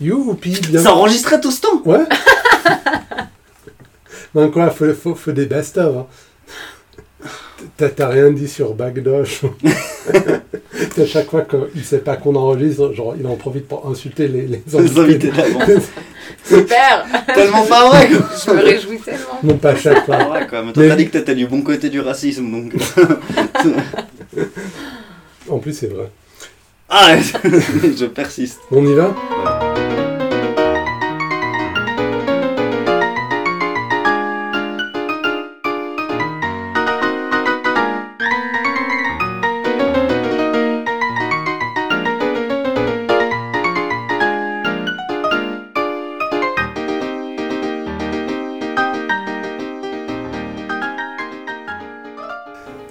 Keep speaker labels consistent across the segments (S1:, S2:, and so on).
S1: Youpi, bien.
S2: Ça enregistrait tout ce temps
S1: Ouais. ben quoi, faut, faut, faut des best-of. hein. T'as- T'as rien dit sur Bagdosh. à chaque fois qu'il sait pas qu'on enregistre, genre, il en profite pour insulter les, les
S2: Les invités
S1: invités.
S2: d'avant.
S3: Super
S2: Tellement pas vrai quoi.
S3: Je me réjouis tellement.
S1: non, pas à chaque fois.
S2: Pas vrai quoi. Mais toi
S1: Mais-
S2: t'as dit que t'étais du bon côté du racisme donc. euh,
S1: En plus, c'est vrai.
S2: ah je persiste.
S1: On y va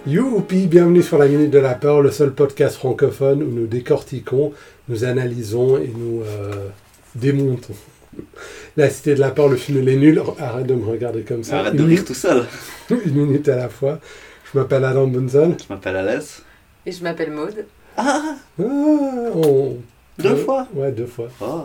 S1: Youpi, bienvenue sur la Minute de la Peur, le seul podcast francophone où nous décortiquons, nous analysons et nous euh, démontons. La Cité de la Peur, le film Les Nuls. Arrête de me regarder comme ça.
S2: Arrête
S1: une,
S2: de rire
S1: minute,
S2: tout seul.
S1: une minute à la fois. Je m'appelle Adam Bunzel.
S2: Je m'appelle Alès.
S3: Et je m'appelle Maude.
S2: Ah
S1: Ah, on-
S2: Deux
S1: Ouais,
S2: fois
S1: Ouais, deux fois.
S2: Oh.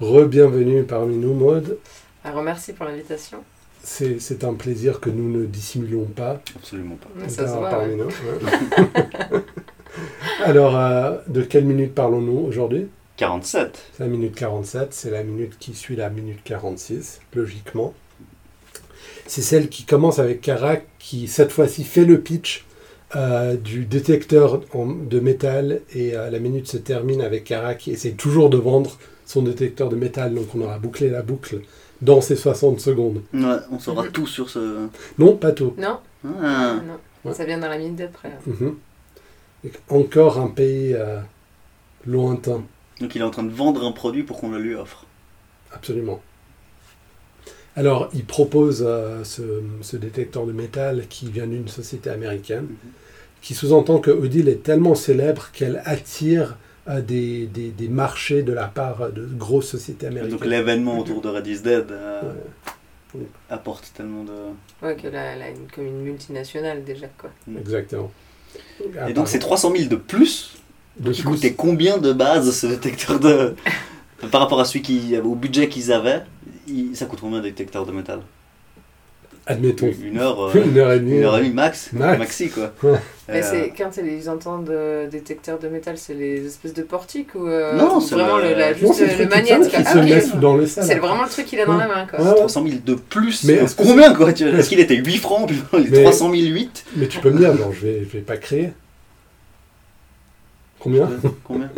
S1: Re-bienvenue parmi nous, Maude.
S3: Alors merci pour l'invitation.
S1: C'est c'est un plaisir que nous ne dissimulons pas.
S2: Absolument pas.
S3: Mais Ça se
S1: Par-
S3: voit.
S1: parmi
S3: ouais.
S1: nous, ouais. Alors, euh, de quelle minute parlons-nous aujourd'hui
S2: 47.
S1: C'est la minute 47, c'est la minute qui suit la minute 46, logiquement. C'est celle qui commence avec Kara qui, cette fois-ci, fait le pitch euh, du détecteur en- de métal et euh, la minute se termine avec Kara qui essaie toujours de vendre son détecteur de métal, donc on aura bouclé la boucle dans ces 60 secondes.
S2: Ouais, on saura tout sur ce.
S1: Non, pas tout.
S3: Non,
S2: Ah.
S3: non.
S1: Ouais.
S3: Ça vient dans la minute d'après. hein.
S1: Mhm. Et Encore un pays euh, lointain,
S2: Donc il est en train de vendre un produit pour qu'on le lui offre.
S1: absolument. Alors, il propose euh, ce, ce détecteur de métal qui vient d'une société américaine,
S2: Mhm.
S1: qui sous-entend que Odile est tellement célèbre qu'elle attire euh, des, des- des marchés de la part de grosses sociétés
S2: Donc
S1: américaines.
S2: l'événement autour de Red is Dead euh,
S1: Ouais.
S2: apporte tellement de.
S3: Ouais, que là, elle a une commune multinationale déjà, quoi.
S1: Exactement. Ah,
S2: Et donc c'est 300 000 de plus
S1: de
S2: qui
S1: plus.
S2: coûtait combien de base ce détecteur de. euh, Par rapport à celui qui, au budget qu'ils avaient, il- ça coûte combien un détecteur de métal
S1: Admettons.
S2: Une heure, euh,
S1: Une heure et demie.
S2: une heure et demie max,
S1: Max.
S2: maxi quoi.
S1: Ouais.
S2: Euh,
S3: Mais c'est quand ils entendent euh, détecteur de métal, c'est les espèces de portiques ou euh,
S2: Non,
S3: ou
S2: c'est
S3: vraiment
S2: le-
S3: le, la-
S2: Non,
S1: Non,
S3: juste
S1: c'est
S3: euh, le magnète. quoi.
S1: qui
S3: Ah,
S1: se
S3: ok.
S1: met sous- dans Ah, le sel.
S3: C'est vraiment le truc qu'il a dans la main, quoi.
S1: Ouais, ouais.
S2: 300 000 de plus
S1: Mais
S2: euh,
S1: est-ce que
S2: Combien quoi tu vois Est-ce qu'il était 8 francs puis il est
S1: Mais-
S2: 300 000 8
S1: Mais tu peux me dire, non, je vais, je vais pas créer. Combien
S2: Euh, Combien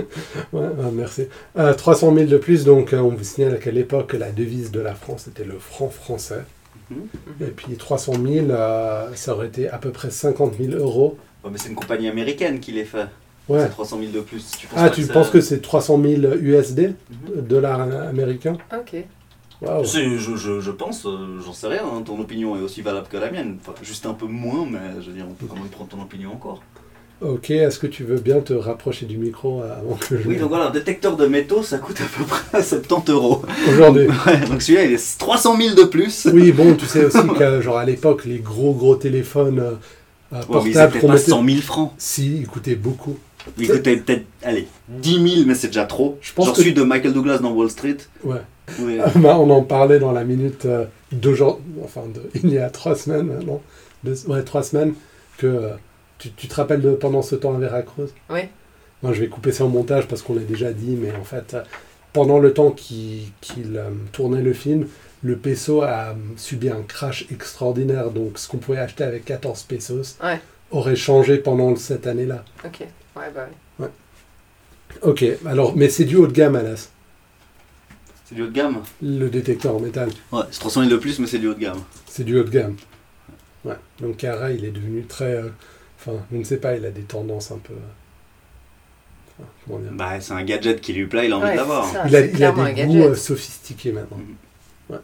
S1: Ouais, ah, merci. Euh, 300 000 de plus, donc euh, on vous signale qu'à l'époque, la devise de la France était le franc français.
S2: Mhm.
S1: Et puis 300 000, euh, ça aurait été à peu près 50 000 euros.
S2: Ouais, mais c'est une compagnie américaine qui les fait.
S1: Ouais.
S2: C'est 300 000 de plus. Tu penses
S1: Ah,
S2: pas
S1: tu
S2: ça-
S1: penses que c'est 300 000 USD, dollars américains
S3: Ok.
S1: Waouh.
S2: C'est- je, je- je pense, euh, j'en sais rien, hein, ton opinion est aussi valable que la mienne. Enfin, juste un peu moins, mais je veux dire, on peut quand même prendre ton opinion encore.
S1: Ok, est-ce que tu veux bien te rapprocher du micro euh, avant que je.
S2: Oui, donc voilà, un détecteur de métaux, ça coûte à peu près 70 euros.
S1: Aujourd'hui.
S2: Ouais, donc celui-là, il est 300 000 de plus.
S1: Oui, bon, tu sais aussi qu'à genre, à l'époque, les gros gros téléphones euh, euh,
S2: Ouais, mais ils
S1: portables
S2: étaient
S1: qu'on
S2: pas
S1: mettait-
S2: 100 000 francs.
S1: Si, il coûtait beaucoup.
S2: Ils coûtaient peut-être, allez, 10 000, mais c'est déjà trop.
S1: Je pense
S2: J'en
S1: que-
S2: suis de Michael Douglas dans Wall Street.
S1: Ouais.
S2: Oui.
S1: Ah bah, on en parlait dans la minute euh, d'aujourd'hui, enfin de- il y a trois semaines maintenant, Deux- ouais, trois semaines, que euh, tu, tu te rappelles de pendant ce temps à Veracruz
S3: Ouais.
S1: Moi je vais couper ça au montage parce qu'on l'a déjà dit, mais en fait, euh, pendant le temps qui- qu'il euh, tournait le film, le peso a euh, subi un crash extraordinaire, donc ce qu'on pouvait acheter avec 14 pesos
S3: Ouais.
S1: aurait changé pendant cette année-là.
S3: Ok. Ouais, bah oui.
S1: Ok, alors, mais c'est du haut de gamme, Alas,
S2: C'est du haut de gamme
S1: le détecteur en métal.
S2: Ouais, c'est 300 000 de plus, mais c'est du haut de gamme.
S1: C'est du haut de gamme. Ouais. Donc Kara, il est devenu très. euh, Enfin, je ne sais pas, il a des tendances un peu. euh, enfin, comment dire
S2: Bah, c'est un gadget qui lui plaît, il a envie
S3: Ouais,
S2: de l'avoir.
S3: c'est ça,
S1: il a,
S3: Ah, c'est
S1: il a
S3: clairement un
S1: des goûts
S3: gadget.
S1: euh, sophistiqués maintenant. Ouais.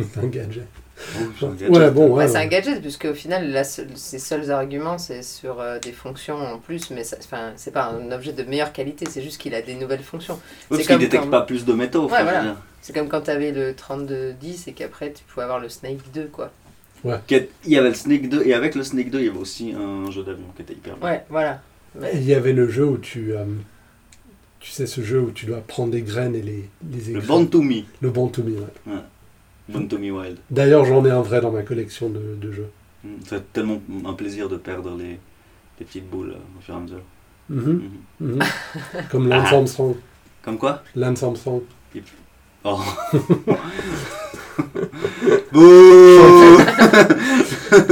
S1: C'est un gadget.
S2: Oh, Mm. c'est un gadget.
S1: Ouais, bon, ouais.
S3: Ouais, c'est un gadget, puisque au final, la seule- ses seuls arguments, c'est sur euh, des fonctions en plus, mais ça- enfin, c'est pas un objet de meilleure qualité, c'est juste qu'il a des nouvelles fonctions.
S2: Oui,
S3: C'est
S2: parce qu'il
S3: comme
S2: détecte
S3: quand-
S2: pas plus de métaux. enfin,
S3: Ouais,
S2: je veux
S3: voilà.
S2: dire.
S3: C'est comme quand t'avais le 3210 et qu'après tu pouvais avoir le Snake 2, quoi.
S2: Qu'il y a- Il y avait le Snake 2, et avec le Snake 2, il y avait aussi un jeu d'avion qui était hyper bien.
S3: Ouais, voilà.
S1: Il y avait le jeu où tu, euh, Tu sais, ce jeu où tu dois prendre des graines et les, les
S2: Le
S1: écrire.
S2: Born to Me.
S1: Le bon to me, ouais.
S2: Born to Me Wild.
S1: D'ailleurs, j'en ai un vrai dans ma collection de, de jeux.
S2: Mm, C'est tellement un plaisir de perdre les, les petites boules euh, au fur et à mesure.
S1: Mhm,
S2: Mhm.
S1: mhm. Comme Lance
S2: Ah.
S1: Armstrong.
S2: Comme quoi
S1: Lance Armstrong.
S2: Oh Bouh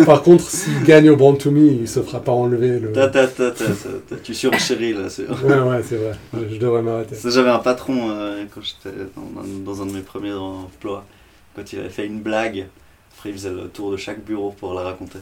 S1: Par contre, s'il gagne au Born to Me, il se fera pas enlever le.
S2: Ta, ta, ta, ta, ta, ta. Tu surenchéris là. c'est-
S1: Ouais, ouais, c'est vrai. Je, je devrais m'arrêter.
S2: Ça, J'avais un patron euh, quand j'étais dans, un- dans un de mes premiers emplois. Quand il avait fait une blague, après il faisait le tour de chaque bureau pour la raconter.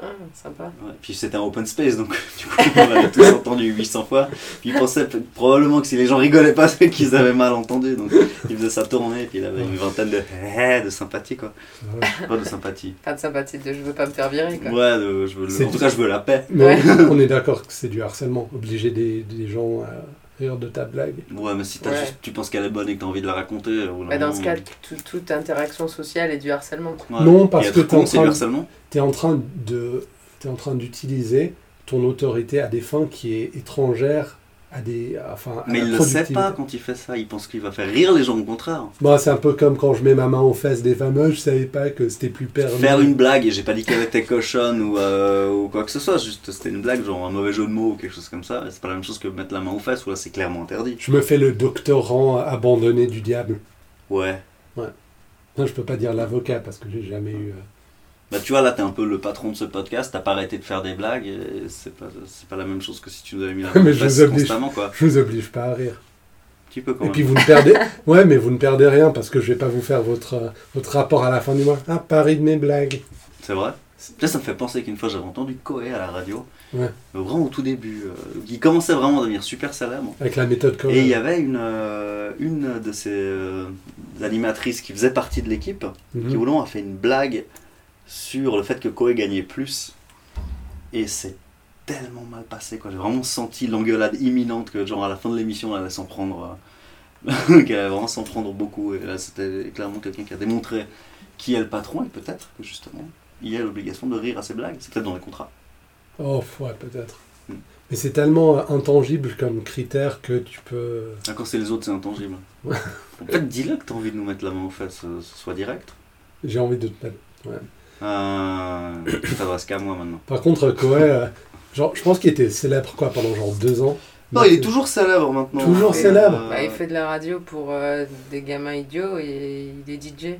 S3: Ah, sympa.
S2: Ouais, puis c'était un open space, donc du coup on l'avait tous entendu 800 fois. Puis il pensait p- probablement que si les gens rigolaient pas, c'est qu'ils avaient mal entendu. Donc il faisait sa tournée, puis il avait une vingtaine de Eh, de sympathie quoi.
S1: Ouais.
S2: Pas de sympathie.
S3: Pas de sympathie de je veux pas me faire virer quoi.
S2: Ouais, de- je veux le-
S1: C'est
S2: en tout
S1: tout-
S2: cas je veux la paix.
S1: Mais
S3: Ouais.
S1: on- on est d'accord que c'est du harcèlement. Obliger des, des gens à rire de ta blague.
S2: Ouais, mais si t'as
S3: Ouais.
S2: juste- tu penses qu'elle est bonne et que t'as envie de la raconter, au bout d'un
S3: Bah, dans
S2: moment,
S3: ce cas, tout- toute interaction sociale est du harcèlement.
S2: ouais.
S1: Non,
S2: Et
S1: parce
S2: être
S1: que t'es
S2: con,
S1: en
S2: c'est du
S1: train,
S2: harcèlement.
S1: t'es en train de, t'es en train d'utiliser ton autorité à des fins qui est étrangère à des, à- enfin, à
S2: Mais
S1: la
S2: il le sait
S1: productivité.
S2: pas quand il fait ça. Il pense qu'il va faire rire les gens, au contraire.
S1: Moi, c'est un peu comme quand je mets ma main aux fesses des fameux, je savais pas que c'était plus permis.
S2: Faire une blague, et j'ai pas dit qu'elle était cochonne ou, euh, ou quoi que ce soit, juste c'était une blague, genre un mauvais jeu de mots ou quelque chose comme ça, c'est pas la même chose que mettre la main aux fesses, ou là c'est clairement interdit.
S1: Je me fais le doctorant abandonné du diable.
S2: Ouais.
S1: Non, je peux pas dire l'avocat parce que j'ai jamais eu. euh,
S2: Bah tu vois, là t'es un peu le patron de ce podcast, t'as pas arrêté de faire des blagues, et c'est pas, c'est pas la même chose que si tu nous avais mis la main
S1: Mais
S2: aux
S1: je vous
S2: fesses
S1: oblige.
S2: constamment, quoi.
S1: Je vous oblige pas à rire.
S2: Un petit peu
S1: Et
S2: quand même.
S1: puis vous ne perdez. ouais, mais vous ne perdez rien parce que je vais pas vous faire votre euh, votre rapport à la fin du mois. Ah, pari de mes blagues.
S2: C'est vrai Là, ça me fait penser qu'une fois j'avais entendu Coé à la radio,
S1: Ouais.
S2: vraiment au tout début, euh, il commençait vraiment à devenir super célèbre.
S1: Avec la méthode
S2: Et il y
S1: Cohen.
S2: avait une, euh, une de ces euh, animatrices qui faisait partie de l'équipe,
S1: Mhm.
S2: qui voulant a fait une blague sur le fait que Koé gagnait plus. Et c'est tellement mal passé, quoi. J'ai vraiment senti l'engueulade imminente que, genre, à la fin de l'émission, elle allait s'en prendre. euh, qu'elle allait vraiment s'en prendre beaucoup. Et là, c'était clairement quelqu'un qui a démontré qui est le patron, et peut-être que, justement, il a l'obligation de rire à ses blagues. C'est peut-être dans les contrats.
S1: Oh, ouais, peut-être.
S2: Mm.
S1: Mais c'est tellement euh, intangible comme critère que tu peux.
S2: Ah, Quand c'est les autres, c'est intangible.
S1: Ouais.
S2: en fait, dis-le que t'as envie de nous mettre la main aux fesses, euh, ce soit direct.
S1: J'ai envie de te mettre.
S2: Euh, tu t'adresses qu'à moi maintenant.
S1: Par contre, Cohen, euh, genre, je pense qu'il était célèbre quoi pendant genre deux ans.
S2: Non, il est toujours célèbre maintenant.
S1: Toujours
S2: Et,
S1: célèbre.
S2: euh,
S3: Bah, il fait de la radio pour euh, des gamins idiots et il est DJ.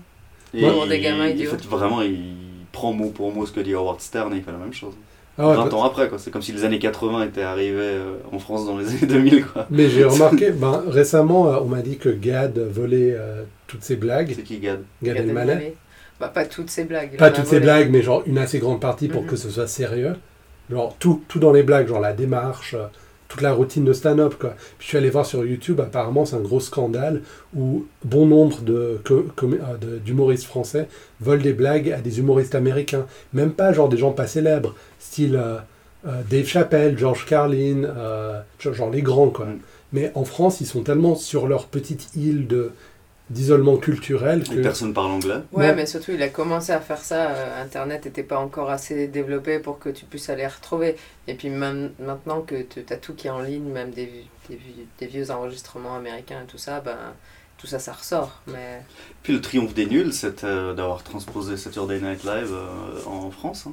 S2: Et
S3: Pour des
S2: il-
S3: gamins
S2: il-
S3: idiots.
S2: en fait, vraiment, il prend mot pour mot ce que dit Howard Stern et il fait la même chose.
S1: Ah ouais,
S2: 20
S1: peut-
S2: ans après, quoi. C'est comme si les années 80 étaient arrivées euh, en France dans les années 2000, quoi.
S1: Mais j'ai remarqué, ben, récemment, euh, on m'a dit que Gad volait euh, toutes ses blagues.
S2: C'est qui Gad
S1: Gad
S3: Gad
S1: Elmaleh.
S3: Elmaleh. Bah, pas toutes ses blagues. il
S1: Pas
S3: en a
S1: toutes ses
S3: volé.
S1: blagues, mais genre une assez grande partie pour
S3: Mhm.
S1: que ce soit sérieux. Genre tout, tout dans les blagues, genre la démarche, euh, toute la routine de stand-up. quoi. Puis je suis allé voir sur YouTube, apparemment c'est un gros scandale où bon nombre de co- com- euh, de- d'humoristes français volent des blagues à des humoristes américains. Même pas genre des gens pas célèbres, style euh, euh, Dave Chappelle, George Carlin, euh, genre genre les grands quoi.
S3: Mm.
S2: Mhm.
S1: Mais en France, ils sont tellement sur leur petite île de d'isolement culturel
S2: Et
S1: que...
S2: personne parle anglais.
S3: Ouais,
S1: Ouais.
S3: mais surtout, il a commencé à faire ça. euh, Internet n'était pas encore assez développé pour que tu puisses aller retrouver. Et puis même- maintenant que tu as tout qui est en ligne, même des, vi- des, vi- des vieux enregistrements américains et tout ça, ben, tout ça, ça ressort. Mais
S2: Puis le triomphe des nuls, c'est euh, d'avoir transposé Saturday Night Live euh, en France. hein.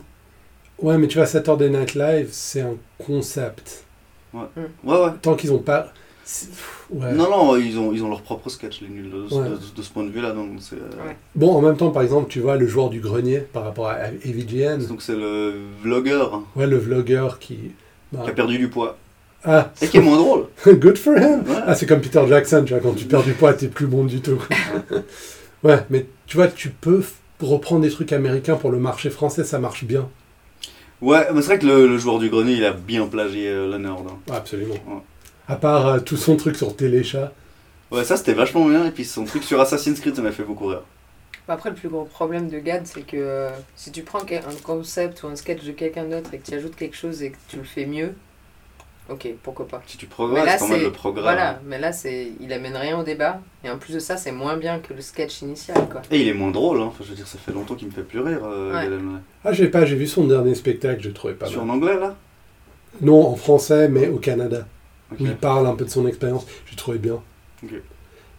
S1: Ouais, mais tu vois, Saturday Night Live, c'est un concept.
S2: Ouais, ouais.
S1: Tant qu'ils ont pas. c'est- pff, ouais.
S2: Non, non, ils ont, ils ont leur propre sketch, les nuls, de,
S1: Ouais.
S2: de- de ce point de vue-là. Donc, c'est euh,
S3: Ouais.
S1: Bon, en même temps, par exemple, tu vois le joueur du grenier par rapport à EVGN.
S2: donc c'est le vlogueur hein,
S1: Ouais, le vlogueur qui. bah,
S2: qui a perdu du poids
S1: Ah,
S2: et qui est moins drôle.
S1: good for him!
S2: Ouais.
S1: Ah, c'est comme Peter Jackson, tu vois, quand tu perds du poids, t'es plus bon du tout. ouais, mais tu vois, tu peux f- reprendre des trucs américains pour le marché français, ça marche bien.
S2: Ouais, mais c'est vrai que le, le joueur du grenier, il a bien plagié euh, Leonard. hein.
S1: Ah, Absolument.
S2: Ouais.
S1: À part euh, tout son truc sur Téléchat.
S2: Ouais, ça c'était vachement bien. Et puis son truc sur Assassin's Creed, ça m'a fait beaucoup rire.
S3: Bah, après, le plus gros problème de Gad, c'est que euh, si tu prends quel- un concept ou un sketch de quelqu'un d'autre et que tu ajoutes quelque chose et que tu le fais mieux, ok, pourquoi pas.
S2: Si tu
S3: Mais là,
S2: progresses, quand même
S3: c'est-
S2: le programme.
S3: Voilà, mais là, c'est il amène rien au débat. Et en plus de ça, c'est moins bien que le sketch initial, quoi.
S2: Et il est moins drôle, hein. Enfin, je veux dire, ça fait longtemps qu'il me fait plus rire, euh,
S3: Ouais.
S2: Gad Elmaleh.
S1: Ah, j'ai pas, j'ai vu son dernier spectacle, je le trouvais pas
S2: Sur
S1: mal.
S2: en anglais là
S1: Non, en français, mais au Canada.
S2: Ok.
S1: où il parle un peu de son expérience. J'ai trouvé bien.
S2: Ok.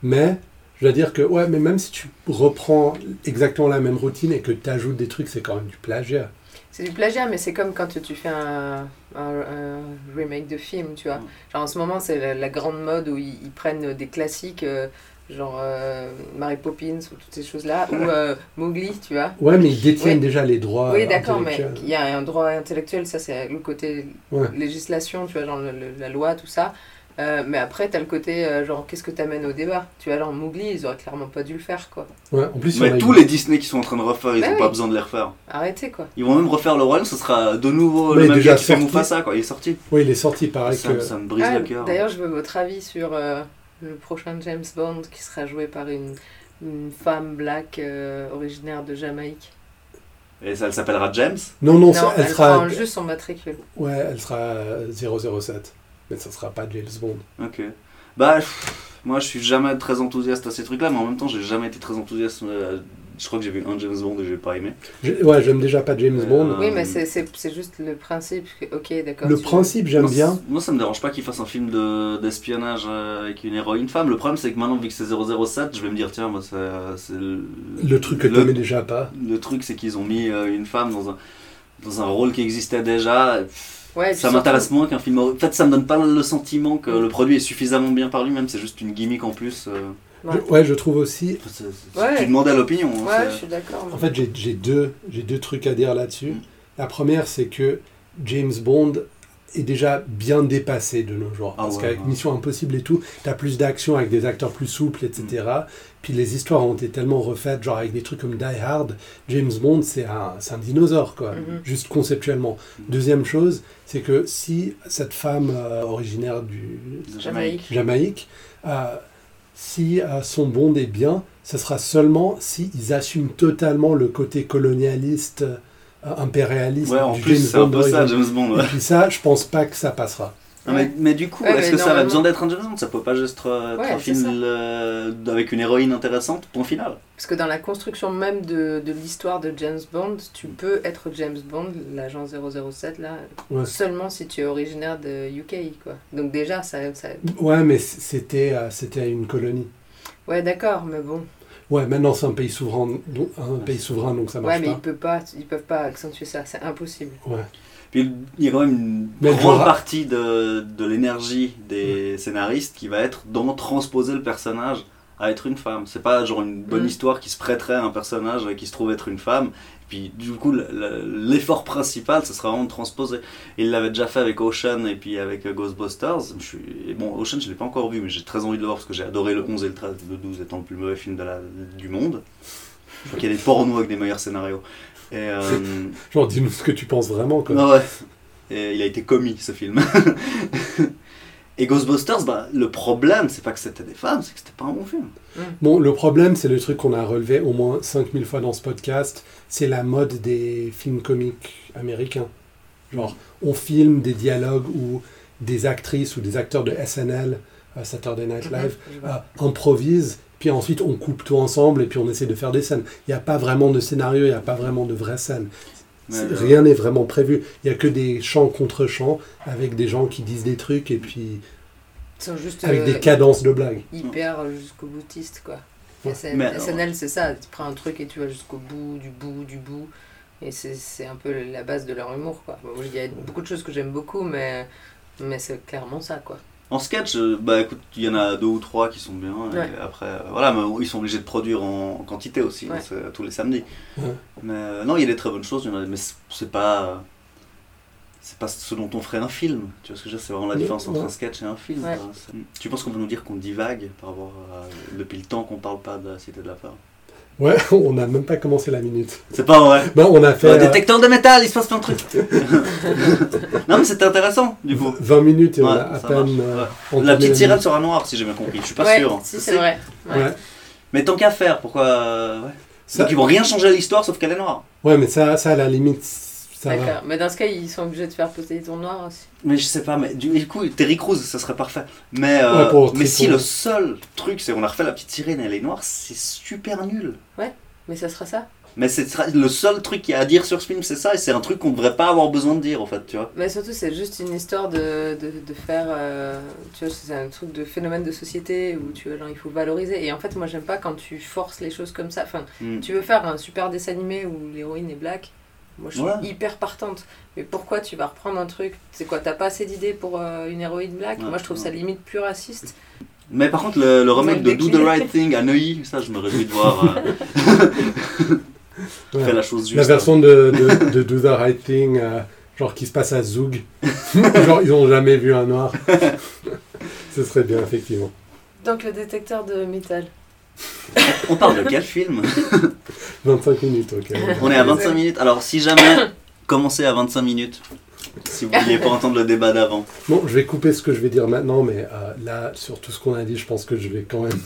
S1: Mais je dois dire que, ouais, mais même si tu reprends exactement la même routine et que tu ajoutes des trucs, c'est quand même du plagiat.
S3: C'est du plagiat, mais c'est comme quand tu fais un, un- un remake de film, tu vois.
S2: Mm.
S3: Genre en ce moment, c'est la, la grande mode où ils, ils prennent des classiques, euh, genre euh, Mary Poppins ou toutes ces choses-là, ou euh, Mowgli, tu vois.
S1: Ouais, mais ils détiennent
S3: Oui.
S1: déjà les droits.
S3: oui, d'accord, mais
S1: intellectuels.
S3: il y a un droit intellectuel, ça c'est le côté
S1: Ouais.
S3: législation, tu vois, genre le- le- la loi, tout ça. Euh, mais après, t'as le côté, euh, genre, qu'est-ce que t'amènes au débat Tu vois, genre Mowgli, ils auraient clairement pas dû le faire, quoi.
S1: Ouais, en plus, on
S2: Mais
S1: a
S2: tous
S1: eu-
S2: les Disney qui sont en train de refaire, ils
S3: Mais
S2: n'ont
S3: Bah oui.
S2: pas besoin de les refaire.
S3: Arrêtez, quoi.
S2: Ils vont même refaire le Royaume, ce sera de nouveau
S1: Mais
S2: le même
S1: déjà
S2: gars qui fait
S1: sorti.
S2: Mufasa, quoi. Il est sorti.
S1: Oui, il est sorti, pareil
S2: Ça,
S1: que.
S2: ça me brise
S3: Ah,
S2: le cœur. hein.
S3: D'ailleurs, je veux votre avis sur euh, le prochain James Bond qui sera joué par une, une femme black euh, originaire de Jamaïque.
S2: Et ça, elle s'appellera James.
S1: Non, non,
S3: Non,
S1: ça-
S3: elle,
S1: elle, sera.
S3: prend juste son matricule.
S1: Ouais, elle sera 007. Mais ça sera pas James Bond.
S2: Ok. Bah, pff, moi je suis jamais très enthousiaste à ces trucs-là, mais en même temps, j'ai jamais été très enthousiaste. euh, Je crois que j'ai vu un James Bond et j'ai pas aimé.
S1: Je- ouais, j'aime déjà pas James
S2: Euh,
S1: Bond.
S3: Oui, mais c'est- c'est c'est juste le principe. que- Ok, d'accord.
S1: Le
S3: tu-
S1: principe, j'aime
S2: Moi,
S1: bien.
S2: c- Moi, ça me dérange pas qu'il fasse un film de- d'espionnage euh, avec une héroïne femme. Le problème, c'est que maintenant, vu que c'est 007, je vais me dire, tiens, moi, ça- c'est le,
S1: Le truc que
S2: le-
S1: t'aimais déjà pas.
S2: le truc, c'est qu'ils ont mis euh, une femme dans un, dans un rôle qui existait déjà.
S3: Ouais, et puis
S2: Ça
S3: surtout-
S2: m'intéresse moins qu'un film. En fait, ça me donne pas le sentiment que le produit est suffisamment bien par lui-même. C'est juste une gimmick en plus. euh.
S3: Ouais.
S1: Je- ouais, je trouve aussi.
S2: Enfin, c'est- c'est-
S3: Ouais.
S2: Tu demandes à l'opinion. hein,
S3: Ouais,
S2: c'est-
S3: je suis d'accord.
S1: En fait, j'ai j'ai deux, j'ai deux trucs à dire là-dessus.
S2: Mm.
S1: La première, c'est que James Bond est déjà bien dépassé de nos jours.
S2: Ah
S1: parce
S2: ouais,
S1: qu'avec
S2: ouais.
S1: Mission Impossible et tout, t'as plus d'action avec des acteurs plus souples, etc.
S2: Mm.
S1: Puis les histoires ont été tellement refaites, genre avec des trucs comme Die Hard. James Bond, c'est un, c'est un dinosaure, quoi.
S3: Mhm.
S2: Mm-hmm.
S1: Juste conceptuellement.
S2: Mhm.
S1: Deuxième chose, c'est que si cette femme euh, originaire du,
S3: Jamaïque.
S1: Jamaïque, euh, si euh, son bond est bien, ce sera seulement si ils assument totalement le côté colonialiste, euh, impérialiste
S2: Ouais, en
S1: du
S2: plus,
S1: James
S2: c'est un
S1: Bond
S2: peu ça,
S1: d'origine.
S2: James Bond. ouais.
S1: Et puis ça, je pense pas que ça passera.
S2: Non, mais, mais du coup,
S3: Ouais,
S2: est-ce
S3: mais
S2: que ça
S3: normalement-
S2: a besoin d'être un James Bond Ça peut pas juste euh, être
S3: Ouais,
S2: un
S3: c'est
S2: film
S3: ça.
S2: euh, avec une héroïne intéressante, point final.
S3: Parce que dans la construction même de, de l'histoire de James Bond, tu peux être James Bond, l'agent 007, là,
S1: Ouais,
S3: seulement si tu es originaire de UK, quoi. Donc déjà, ça... ça...
S1: Ouais, mais c- c'était euh, c'était une colonie.
S3: Ouais, d'accord, mais bon.
S1: Ouais, maintenant c'est un pays souverain, donc- un pays souverain, donc ça
S3: Ouais,
S1: marche
S3: mais ils peuvent pas, ils peuvent pas accentuer ça, c'est impossible.
S1: pas. Ouais.
S2: Puis il y a quand même une
S1: Mais le
S2: grande
S1: genre-
S2: partie de, de l'énergie des scénaristes qui va être dans transposer le personnage à être une femme. C'est pas genre une bonne
S3: Mm.
S2: histoire qui se prêterait à un personnage euh, qui se trouve être une femme. Puis du coup, le- le- l'effort principal, ce sera vraiment de transposer. Il l'avait déjà fait avec Ocean et puis avec euh, Ghostbusters. Je suis... et Bon, Ocean, je l'ai pas encore vu, mais j'ai très envie de le voir parce que j'ai adoré le 11 et le 13, le 12 étant le plus mauvais film de la... du monde. Je crois qu'il y a des pornos avec des meilleurs scénarios. Et, euh,
S1: Genre, dis-nous ce que tu penses vraiment. Quoi.
S2: ah ouais. Et il a été commis ce film. Et Ghostbusters, bah, le problème, c'est pas que c'était des femmes, c'est que c'était pas un bon film.
S1: Bon, le problème, c'est le truc qu'on a relevé au moins 5000 fois dans ce podcast, c'est la mode des films comiques américains. Genre, on filme des dialogues où des actrices ou des acteurs de SNL, euh, Saturday Night Live,
S3: Mhm, je vois.
S1: euh, improvisent, puis ensuite on coupe tout ensemble et puis on essaie de faire des scènes. Il n'y a pas vraiment de scénario, il n'y a pas vraiment de vraies scènes.
S2: Mais,
S1: C'est-
S2: euh,
S1: Rien n'est vraiment prévu. Il n'y a que des chants contre chants avec des gens qui disent des trucs et puis
S3: Ils sont juste
S1: avec
S3: euh,
S1: des cadences de blagues.
S3: hyper jusqu'au boutiste, quoi.
S1: Ouais.
S3: SN-
S2: Mais alors-
S3: SNL, c'est ça, tu prends un truc et tu vas jusqu'au bout, du bout, du bout. Et c'est- c'est un peu la base de leur humour, quoi. Bon, Il y a beaucoup de choses que j'aime beaucoup, mais, mais c'est clairement ça, quoi.
S2: En sketch, euh, bah écoute, il y en a deux ou trois qui sont bien. et
S3: Ouais.
S2: après, euh, voilà, mais ils sont obligés de produire en quantité aussi,
S3: Ouais.
S2: c'est euh, tous les samedis.
S1: Ouais.
S2: Mais euh, non, il y a des très bonnes choses, il y en a- mais c'est- c'est pas. euh, c'est pas ce dont on ferait un film. Tu vois ce que je veux dire C'est vraiment la
S1: Mais,
S2: différence entre
S1: ouais.
S2: un sketch et un film.
S3: Ouais.
S2: quoi. C'est- Tu penses qu'on peut nous dire qu'on divague par rapport à- depuis le temps qu'on parle pas de la Cité de la Peur
S1: Ouais, on n'a même pas commencé la minute.
S2: C'est pas vrai
S1: Ben, on a fait...
S2: Euh,
S1: euh,
S2: détecteur de métal, il se passe plein de trucs. non mais c'était intéressant du coup.
S1: 20 minutes et on
S2: Ouais,
S1: a à
S2: ça
S1: peine.
S2: marche,
S1: euh,
S2: ouais.
S1: entamé
S2: La petite
S1: minute.
S2: sirène sera noire si j'ai bien compris, je suis pas
S3: ouais,
S2: sûr.
S3: si, c'est vrai. Ouais.
S1: Ouais.
S2: Mais tant qu'à faire, pourquoi euh, ouais.
S1: Ça-
S2: Donc ils vont rien changer à l'histoire sauf qu'elle est noire.
S1: ouais, mais ça, ça, à la limite, ça va.
S3: D'accord. Mais dans ce cas, ils sont obligés de faire poser ton noir aussi.
S2: Mais je sais pas, mais du coup Terry Crews ça serait parfait. Mais, euh,
S1: Ouais, pour
S2: mais
S1: Triton.
S2: si le seul truc c'est on a refait la petite sirène et elle est noire, c'est super nul.
S3: Mais ça sera ça
S2: Mais c'est tra- le seul truc qu'il y a à dire sur ce film, c'est ça, et c'est un truc qu'on ne devrait pas avoir besoin de dire, en fait, tu vois.
S3: Mais surtout, c'est juste une histoire de, de, de faire. euh, tu vois, c'est un truc de phénomène de société où tu vois, genre, il faut valoriser. Et en fait, moi, j'aime pas quand tu forces les choses comme ça. Enfin,
S2: Hmm.
S3: tu veux faire un super dessin animé où l'héroïne est black. Moi, je suis
S2: Ouais.
S3: hyper partante. Mais pourquoi tu vas reprendre un truc C'est quoi T'as pas assez d'idées pour euh, une héroïne black
S2: Ouais,
S3: Moi, je trouve
S2: ouais.
S3: ça limite plus raciste.
S2: Mais par contre, le, le remake de
S3: avez
S2: Do the
S3: décliné.
S2: Right Thing à Neuilly, ça, je me réjouis de voir. euh,
S1: Ouais.
S2: Faire la chose juste.
S1: La version de, de, de Do the Right Thing, euh, genre qui se passe à Zoug. genre, ils n'ont jamais vu un noir. Ce serait bien, effectivement.
S3: Donc, le détecteur de métal.
S2: On parle de quel film
S1: 25 minutes, ok.
S2: On est à 25 minutes. Alors, si jamais, commencez à 25 minutes. Si vous vouliez pas entendre le débat d'avant.
S1: Bon, je vais couper ce que je vais dire maintenant, mais euh, là, sur tout ce qu'on a dit, je pense que je vais quand même.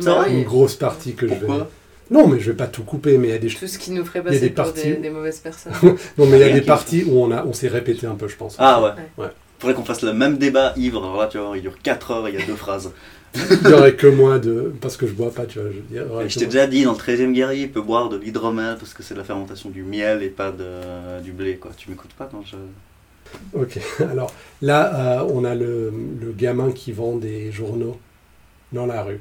S2: Ça va,
S3: Bah Oui.
S1: Une grosse partie que je vais.
S2: Pourquoi
S1: Non, mais je vais pas tout couper, mais il y a des,
S3: Tout ce qui nous ferait
S1: Il y a des
S3: passer pour
S1: parties
S3: des,
S1: où-
S3: des mauvaises personnes.
S1: non, mais il y a
S2: Rien
S1: des
S2: qui-
S1: parties où on, a, on s'est répété un peu, je pense.
S2: Ah ouais.
S1: Ouais.
S2: Faudrait qu'on fasse le même débat ivre. Alors là, tu vois, il dure 4 heures, il y a deux phrases.
S1: Il y aurait que moi de. Parce que je bois pas, tu vois. Je, il y aurait
S2: Et je
S1: que
S2: t'ai
S1: moi.
S2: déjà dit, dans le 13 e guerrier, il peut boire de l'hydromel parce que c'est de la fermentation du miel et pas de, euh, du blé. quoi. Tu m'écoutes pas quand je.
S1: Ok, alors là, euh, on a le, le gamin qui vend des journaux dans la rue.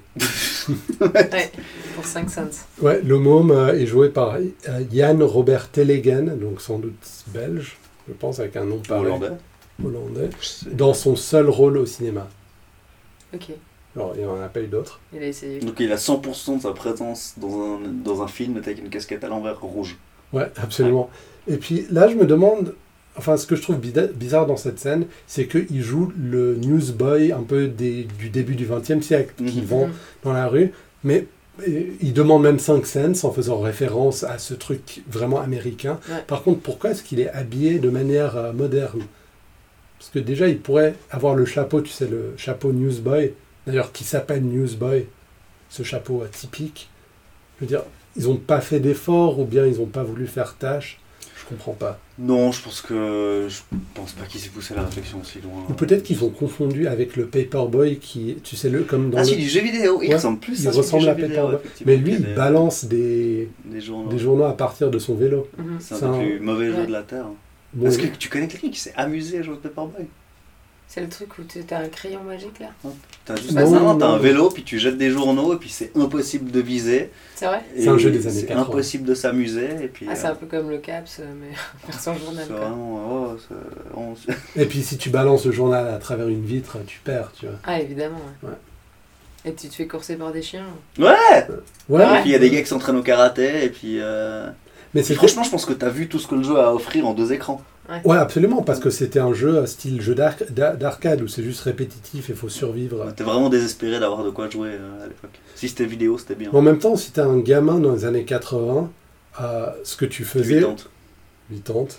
S3: Pour 5 cents.
S1: Ouais, le môme euh, est joué par Yann Robert Telegen, donc sans doute belge, je pense, avec un nom pareil,
S2: Hollandais.
S1: hollandais, dans son seul rôle au cinéma.
S3: Ok,
S1: Alors, il en a pas eu d'autres.
S3: il a essayé.
S2: Donc il a 100% de sa présence dans un, dans un film avec une casquette à l'envers rouge.
S1: Ouais, absolument. Et puis là, je me demande, enfin, ce que je trouve bida- bizarre dans cette scène, c'est qu'il joue le newsboy un peu des- du début du XXe siècle, qui
S2: Mhm.
S1: vend
S3: Mhm.
S1: dans la rue, mais euh, il demande même 5 cents en faisant référence à ce truc vraiment américain.
S3: Ouais.
S1: Par contre, pourquoi est-ce qu'il est habillé de manière euh, moderne Parce que déjà, il pourrait avoir le chapeau, tu sais, le chapeau Newsboy, d'ailleurs qui s'appelle Newsboy, ce chapeau atypique. Je veux dire, ils n'ont pas fait d'effort ou bien ils n'ont pas voulu faire tâche. Je comprends pas.
S2: Non, je pense que. Je pense pas qu'il s'est poussé à la réflexion aussi loin.
S1: Ou peut-être qu'ils ont confondu avec le Paperboy qui, tu sais, le, comme dans
S2: Ah
S1: le-
S2: si, du jeu vidéo, il
S1: Ouais,
S2: ressemble plus
S1: il
S2: à celui du
S1: ressemble
S2: jeu
S1: à
S2: vidéo,
S1: Paperboy.
S2: effectivement,
S1: Mais lui,
S2: qu'il y a
S1: il
S2: des-
S1: balance des,
S2: Des journaux.
S1: des journaux à partir de son vélo.
S3: Mhm.
S2: C'est
S1: C'est
S2: un
S1: un-
S2: des plus mauvais jeux
S3: Ouais.
S2: de la Terre.
S1: Bon,
S2: Est-ce que tu connais quelqu'un qui s'est amusé à jouer au Paperboy
S3: C'est le truc où tu- t'as un crayon magique là
S2: T'as juste
S1: Non,
S2: un
S1: non,
S2: t'as un
S1: non.
S2: vélo, puis tu jettes des journaux, et puis c'est impossible de viser.
S3: C'est vrai
S1: C'est un
S2: Et
S1: jeu des années
S2: C'est
S1: 80.
S2: impossible de s'amuser, et puis...
S3: Ah, c'est
S2: euh,
S3: un peu comme le CAPS, euh, mais version journal.
S2: c'est
S3: Quoi.
S2: vraiment... oh, c'est- on-
S1: Et puis si tu balances le journal à travers une vitre, tu perds, tu vois.
S3: Ah, évidemment. ouais.
S1: Ouais.
S3: Et tu te fais courser par des chiens.
S2: Ouais
S3: Ouais.
S2: Et puis il y a des gars qui s'entraînent au karaté, et puis... euh,
S1: Mais c'est
S2: Franchement, je pense que t'as vu tout ce que le jeu a à offrir en deux écrans.
S1: Ouais, absolument, parce que c'était un jeu euh, style jeu d'arc- d'a- d'arcade où c'est juste répétitif et faut survivre.
S2: T'es vraiment désespéré d'avoir de quoi jouer euh, à l'époque. Si c'était vidéo, c'était bien.
S1: Mais en même temps, si t'es un gamin dans les années 80, euh, ce que tu faisais,
S2: Huitante.
S1: 80,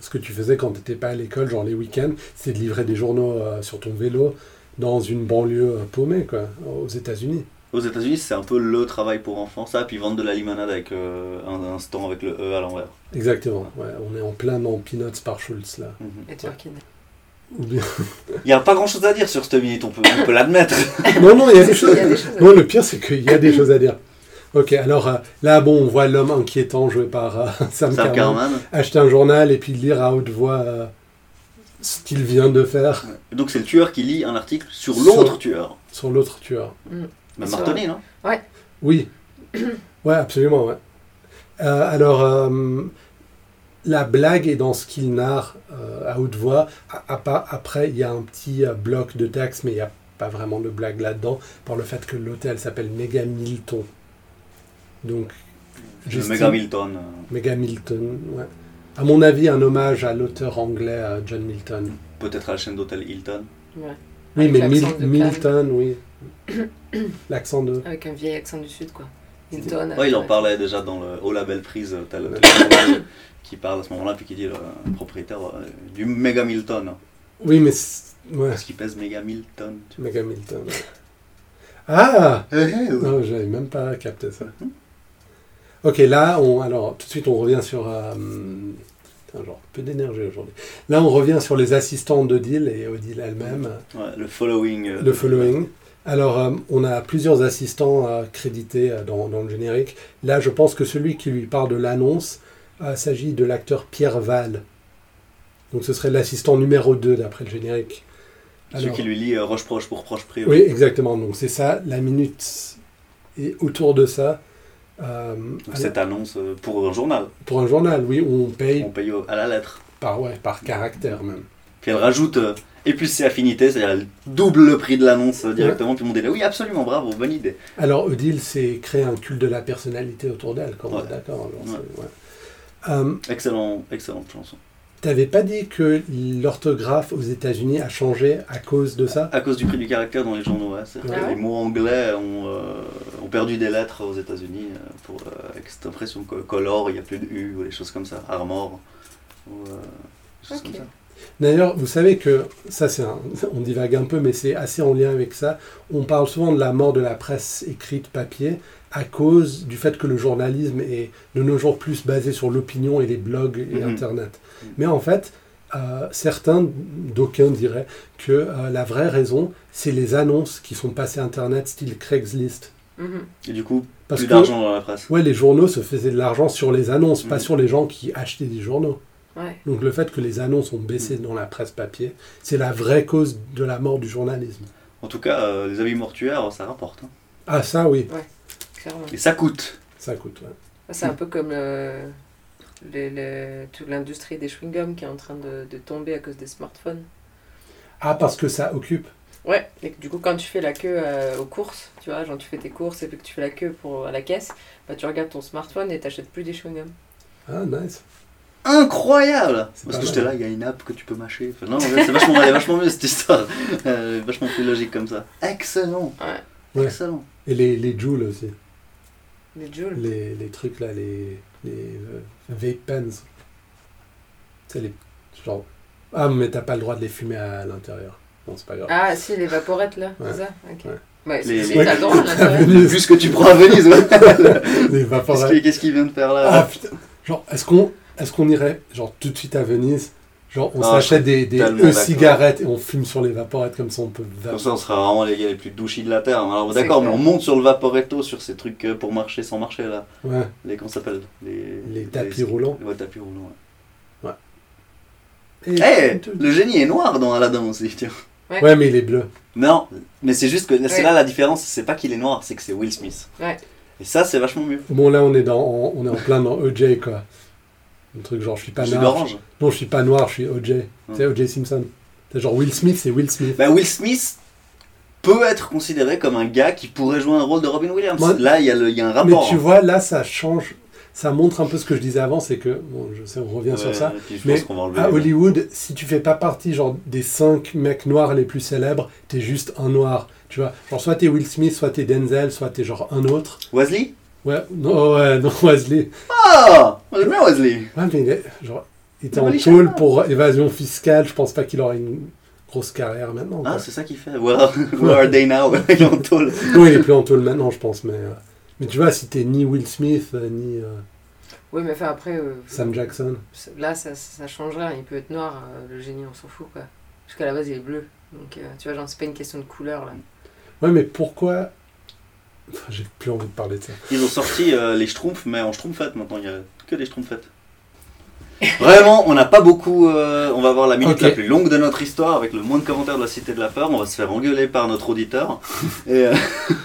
S1: ce que tu faisais quand t'étais pas à l'école, genre les week-ends, c'est de livrer des journaux euh, sur ton vélo dans une banlieue euh, paumée, quoi, aux États-Unis.
S2: Aux États-Unis, c'est un peu le travail pour enfants, ça, puis vendre de la limonade avec euh, un, un stand avec le E à l'envers.
S1: Exactement, ouais, on est en plein dans Peanuts par Schultz, là.
S2: Mhm.
S3: Et tu
S1: Ouais.
S3: requides.
S1: Ou bien-
S2: Il n'y a pas grand chose à dire sur cette minute, on peut, on peut l'admettre.
S1: Non, non, il y a des
S3: Il
S1: choses.
S3: y a des choses. hein. à
S1: Non, le pire, c'est qu'il y a des choses à dire. Ok, alors euh, là, bon, on voit l'homme inquiétant joué par euh, Sam,
S2: Sam
S1: Carman.
S2: Carman.
S1: Acheter un journal et puis lire à haute voix euh, ce qu'il vient de faire
S2: Donc c'est le tueur qui lit un article sur l'autre
S1: Sur-
S2: tueur.
S1: sur l'autre tueur.
S2: Même
S3: Sur-
S2: Martoni, non
S1: Oui. Ouais, absolument, ouais. Euh, alors, euh, la blague est dans ce qu'il narre euh, à haute voix. À- à pas- après, il y a un petit euh, bloc de texte, mais il n'y a pas vraiment de blague là-dedans, par le fait que l'hôtel s'appelle Mega Milton. Donc,
S2: Le
S1: j'estime-
S2: méga Milton. euh,
S1: Mega Milton, ouais. À mon avis, un hommage à l'auteur anglais euh, John Milton.
S2: Peut-être à la chaîne d'hôtel Hilton.
S3: Ouais.
S1: Oui,
S3: Avec
S1: mais Mil-
S3: l'accent de
S1: Milton, oui. L'accent de.
S3: Avec un vieil accent du sud, quoi. Hilton.
S2: Ouais, il en
S3: euh,
S2: parlait déjà dans le Oh la belle prise, t'as l'hôtel qui parle à ce moment-là, puis qui dit le propriétaire euh, du méga Milton. hein,
S1: Oui, mais. c'est- Ouais,
S2: Parce qu'il pèse méga Milton. tu
S1: Mega Milton. ouais. Ah
S2: vois.
S1: Non, j'avais même pas capté ça. Ok, là, on, alors, tout de suite, on revient sur. euh, hum, putain, genre, peu d'énergie aujourd'hui. Là, on revient sur les assistants d'Odile et Odile elle-même,
S2: Ouais, le following. euh,
S1: le following. Alors, euh, on a plusieurs assistants euh, crédités euh, dans, dans le générique. Là, je pense que celui qui lui parle de l'annonce euh, s'agit de l'acteur Pierre Val. Donc, ce serait l'assistant numéro 2 d'après le générique.
S2: Celui qui lui lit euh, Roche proche pour proche près.
S1: Oui, exactement. Donc, c'est ça, la minute. Et autour de ça, euh,
S2: Donc, Cette annonce euh, pour un journal,
S1: pour un journal, oui, où on paye
S2: on paye au- à la lettre.
S1: par, ouais, par caractère même.
S2: Puis elle rajoute, euh, et puis c'est affinité, c'est-à-dire elle double le prix de l'annonce euh, directement, puis mon délai. Oui, absolument, bravo, bonne idée.
S1: Alors, Odile, c'est créer un culte de la personnalité autour d'elle, quand même,
S2: Ouais.
S1: d'accord. alors,
S2: Ouais.
S1: c'est- ouais. Euh,
S2: Excellent, excellente chanson.
S1: T'avais pas dit que l'orthographe aux États-Unis a changé à cause de ça
S2: À cause du prix du caractère dans les journaux, ouais, c'est vrai.
S3: Ah ouais
S2: les mots anglais ont, euh, ont perdu des lettres aux États-Unis euh, pour euh, avec cette impression que color, il n'y a plus de U ou des choses comme ça, armor ou euh, des choses
S3: Ok.
S2: comme ça.
S1: D'ailleurs, vous savez que ça, c'est un- on divague un peu, mais c'est assez en lien avec ça. On parle souvent de la mort de la presse écrite papier à cause du fait que le journalisme est de nos jours plus basé sur l'opinion et les blogs et
S2: Mhm.
S1: Internet.
S2: Mhm.
S1: Mais en fait, euh, certains, d'aucuns diraient que euh, la vraie raison, c'est les annonces qui sont passées Internet, style Craigslist.
S3: Mhm.
S2: Et du coup,
S1: Parce
S2: plus
S1: que
S2: d'argent dans la presse.
S1: ouais, les journaux se faisaient de l'argent sur les annonces, pas
S2: Mhm.
S1: sur les gens qui achetaient des journaux.
S3: Ouais.
S1: Donc le fait que les annonces ont baissé dans la presse papier, c'est la vraie cause de la mort du journalisme.
S2: En tout cas, euh, les habits mortuaires, ça rapporte. hein.
S1: Ah ça oui,
S3: clairement. Ah,
S2: Et ça coûte.
S1: ça coûte. ouais.
S3: C'est un peu comme euh, le- le- toute l'industrie des chewing-gums qui est en train de, de tomber à cause des smartphones.
S1: Ah parce que ça occupe.
S3: Ouais, et que du coup, quand tu fais la queue euh, aux courses, tu vois, genre tu fais tes courses et puis que tu fais la queue pour, à la caisse, bah tu regardes ton smartphone et t'achètes plus des chewing-gums.
S1: Ah nice.
S2: Incroyable
S1: C'est
S2: Parce
S1: pas
S2: que
S1: mal.
S2: j'étais là, il y a une app que tu peux mâcher. Enfin, non, en fait, c'est vachement, elle est vachement mieux cette histoire. Euh, vachement plus logique comme ça. Excellent
S3: Ouais.
S1: Ouais.
S2: Excellent
S1: Et les, les joules aussi.
S3: Les Jules.
S1: Les, les trucs là, les, les euh, vape pens. C'est les... Genre... Ah mais t'as pas le droit de les fumer à l'intérieur. Bon c'est pas grave.
S3: Ah, si, les vaporettes là,
S1: Ouais.
S3: c'est ça Ok.
S1: Ouais.
S3: Ouais, si,
S2: Les-
S3: si,
S2: les-
S3: t'as le droit, là, ça va.
S1: Venise.
S2: Vu ce que tu prends à Venise, ouais.
S1: les
S2: Qu'est-ce
S1: vaporates.
S2: qu'il- Qu'est-ce qu'il vient de faire là
S1: Ah putain. Genre est-ce qu'on est-ce qu'on irait genre tout de suite à Venise Genre on
S2: Ah, je
S1: s'achète des, des
S2: tellement d'accord.
S1: e-cigarettes et on fume sur les vaporettes comme ça on peut... va-
S2: Comme ça, on sera vraiment les gars les plus douchis de la Terre. Alors, bon,
S3: C'est
S2: d'accord, mais
S3: clair.
S2: on monte sur le Vaporetto, sur ces trucs euh, pour marcher sans marcher, là.
S1: Ouais,
S2: Les, comment ça s'appelle les,
S1: les tapis roulants.
S2: Ouais, tapis roulants,
S1: Et-
S2: ouais. Hey, le génie est noir dans Aladdin aussi, tiens.
S1: Ouais, mais il est bleu.
S2: Non, mais c'est juste que c'est
S3: Ouais.
S2: là la différence, c'est pas qu'il est noir, c'est que c'est Will Smith.
S3: Ouais.
S2: Et ça, c'est vachement mieux.
S1: Bon, là, on est, dans, on, on est en plein dans OJ, quoi. Un truc genre, je suis pas
S2: C'est
S1: noir.
S2: d'orange.
S1: Non, je suis pas noir, je suis OJ. Tu sais, OJ Simpson. C'est genre Will Smith, c'est Will Smith.
S2: Bah, Will Smith peut être considéré comme un gars qui pourrait jouer un rôle de Robin Williams.
S1: Moi-
S2: Là, il y, a le- il y a un
S1: Mais
S2: rapport. hein.
S1: tu vois, là, ça change. Ça montre un peu ce que je disais avant, c'est que, bon, je sais, on revient
S2: Ouais,
S1: sur ça.
S2: et puis je
S1: Mais ah,
S2: pense qu'on va enlever
S1: À
S2: les-
S1: Hollywood, si tu fais pas partie genre des cinq mecs noirs les plus célèbres, t'es juste un noir. Tu vois, genre soit t'es Will Smith, soit t'es Denzel, soit t'es genre un autre.
S2: Wesley
S1: Ouais, non, oh, ouais, non, Wesley.
S2: Ah J'aime bien Wesley
S1: Ouais, mais il est- genre, il était
S2: Non,
S1: en
S2: mais il
S1: tôle
S2: cherche pas.
S1: pour évasion fiscale. Je pense pas qu'il aurait une grosse carrière maintenant. quoi.
S2: Ah, c'est ça qu'il fait. Where are, where are they now Il est en tôle.
S1: non, il est plus en tôle maintenant, je pense. Mais, euh, mais tu vois, si t'es ni Will Smith, euh, ni euh,
S3: Oui, mais enfin après, euh,
S1: Sam Jackson.
S3: là ça, ça change rien, il peut être noir, euh, le génie, on s'en fout quoi. Parce qu'à la base, il est bleu. Donc euh, tu vois, genre, c'est pas une question de couleur là.
S1: Ouais, mais pourquoi. Enfin, J'ai plus envie de parler de ça.
S2: Ils ont sorti euh, les Schtroumpfs, mais en Schtroumpfette maintenant, il n'y a que des Schtroumpfettes. Vraiment, on n'a pas beaucoup. euh, on va voir la minute
S1: Ok.
S2: la plus longue de notre histoire avec le moins de commentaires de la Cité de la Peur. On va se faire engueuler par notre auditeur. Et, euh,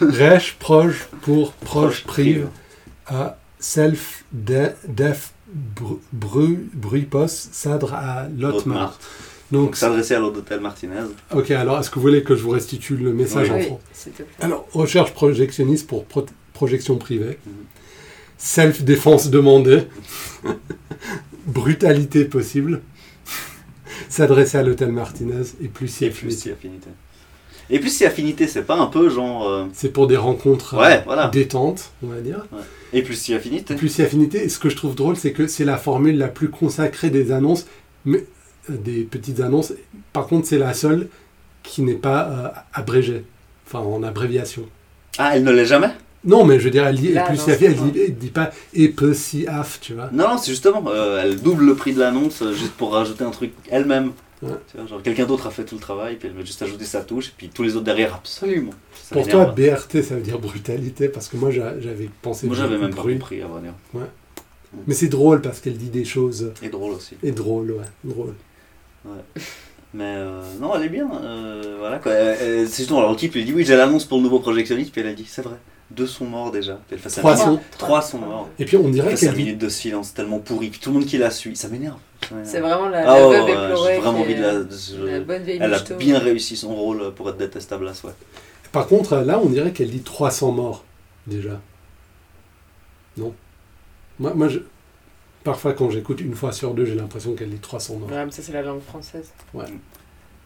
S1: Rêche, proche, pour, proche, prive, à self, de- def, bru- bru- bruit, poste, sadre à Lotmar.
S2: Lotmar.
S1: Donc,
S2: Donc s'adresser à l'hôtel Martinez.
S1: ok, alors est-ce que vous voulez que je vous restitue le message en
S3: oui,
S1: français
S3: s'il te plaît.
S1: Alors, recherche projectionniste pour pro- projection privée.
S2: Mhm.
S1: Self-défense demandée. Brutalité possible. S'adresser à l'hôtel Martinez et plus si
S2: Et plus si affinité. Et plus si affinité, c'est pas un peu genre. euh,
S1: C'est pour des rencontres euh,
S2: Ouais, voilà.
S1: détentes, on va dire.
S2: et plus si affinité.
S1: Plus si affinité. Et ce que je trouve drôle, c'est que c'est la formule la plus consacrée des annonces, mais, euh, des petites annonces. Par contre, c'est la seule qui n'est pas euh, abrégée, enfin en abréviation.
S2: Ah, elle ne l'est jamais
S1: Non, mais je veux dire, elle dit et
S3: Là,
S1: plus
S3: non,
S1: si affi- elle
S3: c'est
S1: dit, elle dit pas et peu si af, tu vois.
S2: Non, non, c'est justement. euh, elle double le prix de l'annonce euh, juste pour rajouter un truc elle-même.
S1: Ouais.
S2: Tu vois, genre quelqu'un d'autre a fait tout le travail, puis elle veut juste ajouter sa touche, et puis tous les autres derrière, absolument. Ça
S1: Pour toi,
S2: m'énerve.
S1: BRT, ça veut dire brutalité, parce que moi, j'a- j'avais pensé.
S2: moi j'avais
S1: beaucoup
S2: même
S1: de
S2: pas
S1: bruit.
S2: compris, à vrai dire.
S1: Mais c'est drôle parce qu'elle dit des choses.
S2: Et drôle aussi.
S1: Et drôle, ouais, drôle.
S2: Mais euh, non, elle est bien. euh, voilà quoi. Euh, euh, c'est justement, alors le type lui dit Oui, j'ai l'annonce pour le nouveau projectionniste, puis elle a dit C'est vrai, deux sont morts déjà. Puis elle fait
S1: Trois
S2: cinq-
S1: sont-
S2: trois sont morts.
S1: Et puis on
S2: Elle
S1: dirait
S2: fait cinq
S1: qu'elle dit.
S2: minutes de silence tellement pourri, puis tout le monde qui la suit, ça m'énerve. ça m'énerve.
S3: C'est vraiment la,
S2: Ah
S3: la
S2: ouais,
S3: veuve
S2: ouais,
S3: éplorée
S2: j'ai vraiment
S3: qui
S2: envie
S3: est euh,
S2: de la. je-
S3: la bonne vieille
S2: Elle a
S3: michto.
S2: bien réussi son rôle euh, pour être détestable à soi.
S1: Par contre, là, on dirait qu'elle dit 300 morts, déjà. Non Moi, moi je... parfois, quand j'écoute une fois sur deux, j'ai l'impression qu'elle dit 300 morts.
S3: Ouais, mais ça, c'est la langue française.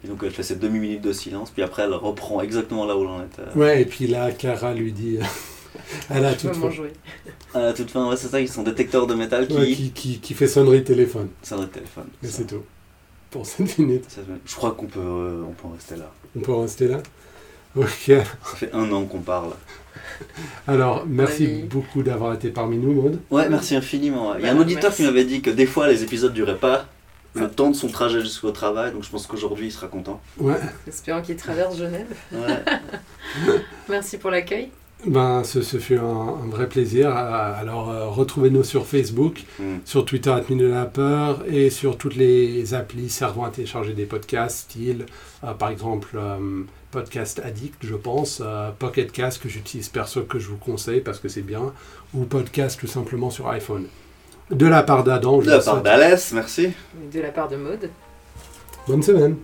S2: Et donc elle fait cette demi-minute de silence, puis après elle reprend exactement là où l'on était.
S1: Ouais, et puis là, Clara lui dit. Elle a
S3: Je
S1: toute
S3: peux m'en jouer.
S2: À la toute fin, ouais, c'est ça, ils sont détecteurs de métal qui.
S1: Ouais, qui, qui, qui fait sonnerie téléphone.
S2: C'est un autre téléphone.
S1: Et
S2: Ça.
S1: c'est tout. Pour cette minute.
S2: Ça, c'est- Je crois qu'on peut, euh, on peut en rester là.
S1: On peut rester là Ok.
S2: Ça fait un an qu'on parle.
S1: Alors, merci
S3: Vas-y.
S1: beaucoup d'avoir été parmi nous, Maud.
S2: Ouais, merci infiniment. Il y a un
S3: Bah,
S2: auditeur
S3: merci.
S2: qui m'avait dit que des fois les épisodes duraient pas le temps de son trajet jusqu'au travail, donc je pense qu'aujourd'hui il sera content.
S1: Ouais.
S3: Espérant qu'il traverse Genève.
S2: Ouais.
S3: Merci pour l'accueil.
S1: Ben, ce, ce fut un, un vrai plaisir. Euh, Alors, euh, retrouvez-nous sur Facebook,
S2: Mm.
S1: sur Twitter, à de la Peur, et sur toutes les applis servant à télécharger des podcasts, style, euh, par exemple, euh, Podcast Addict, je pense, euh, Pocket Cast, que j'utilise perso, que je vous conseille parce que c'est bien, ou Podcast tout simplement sur iPhone. De la part d'Adam, Oh, je
S2: De la
S1: vous
S2: part
S1: souhaite
S2: d'Alès, merci.
S3: De la part de Maude.
S1: bonne semaine.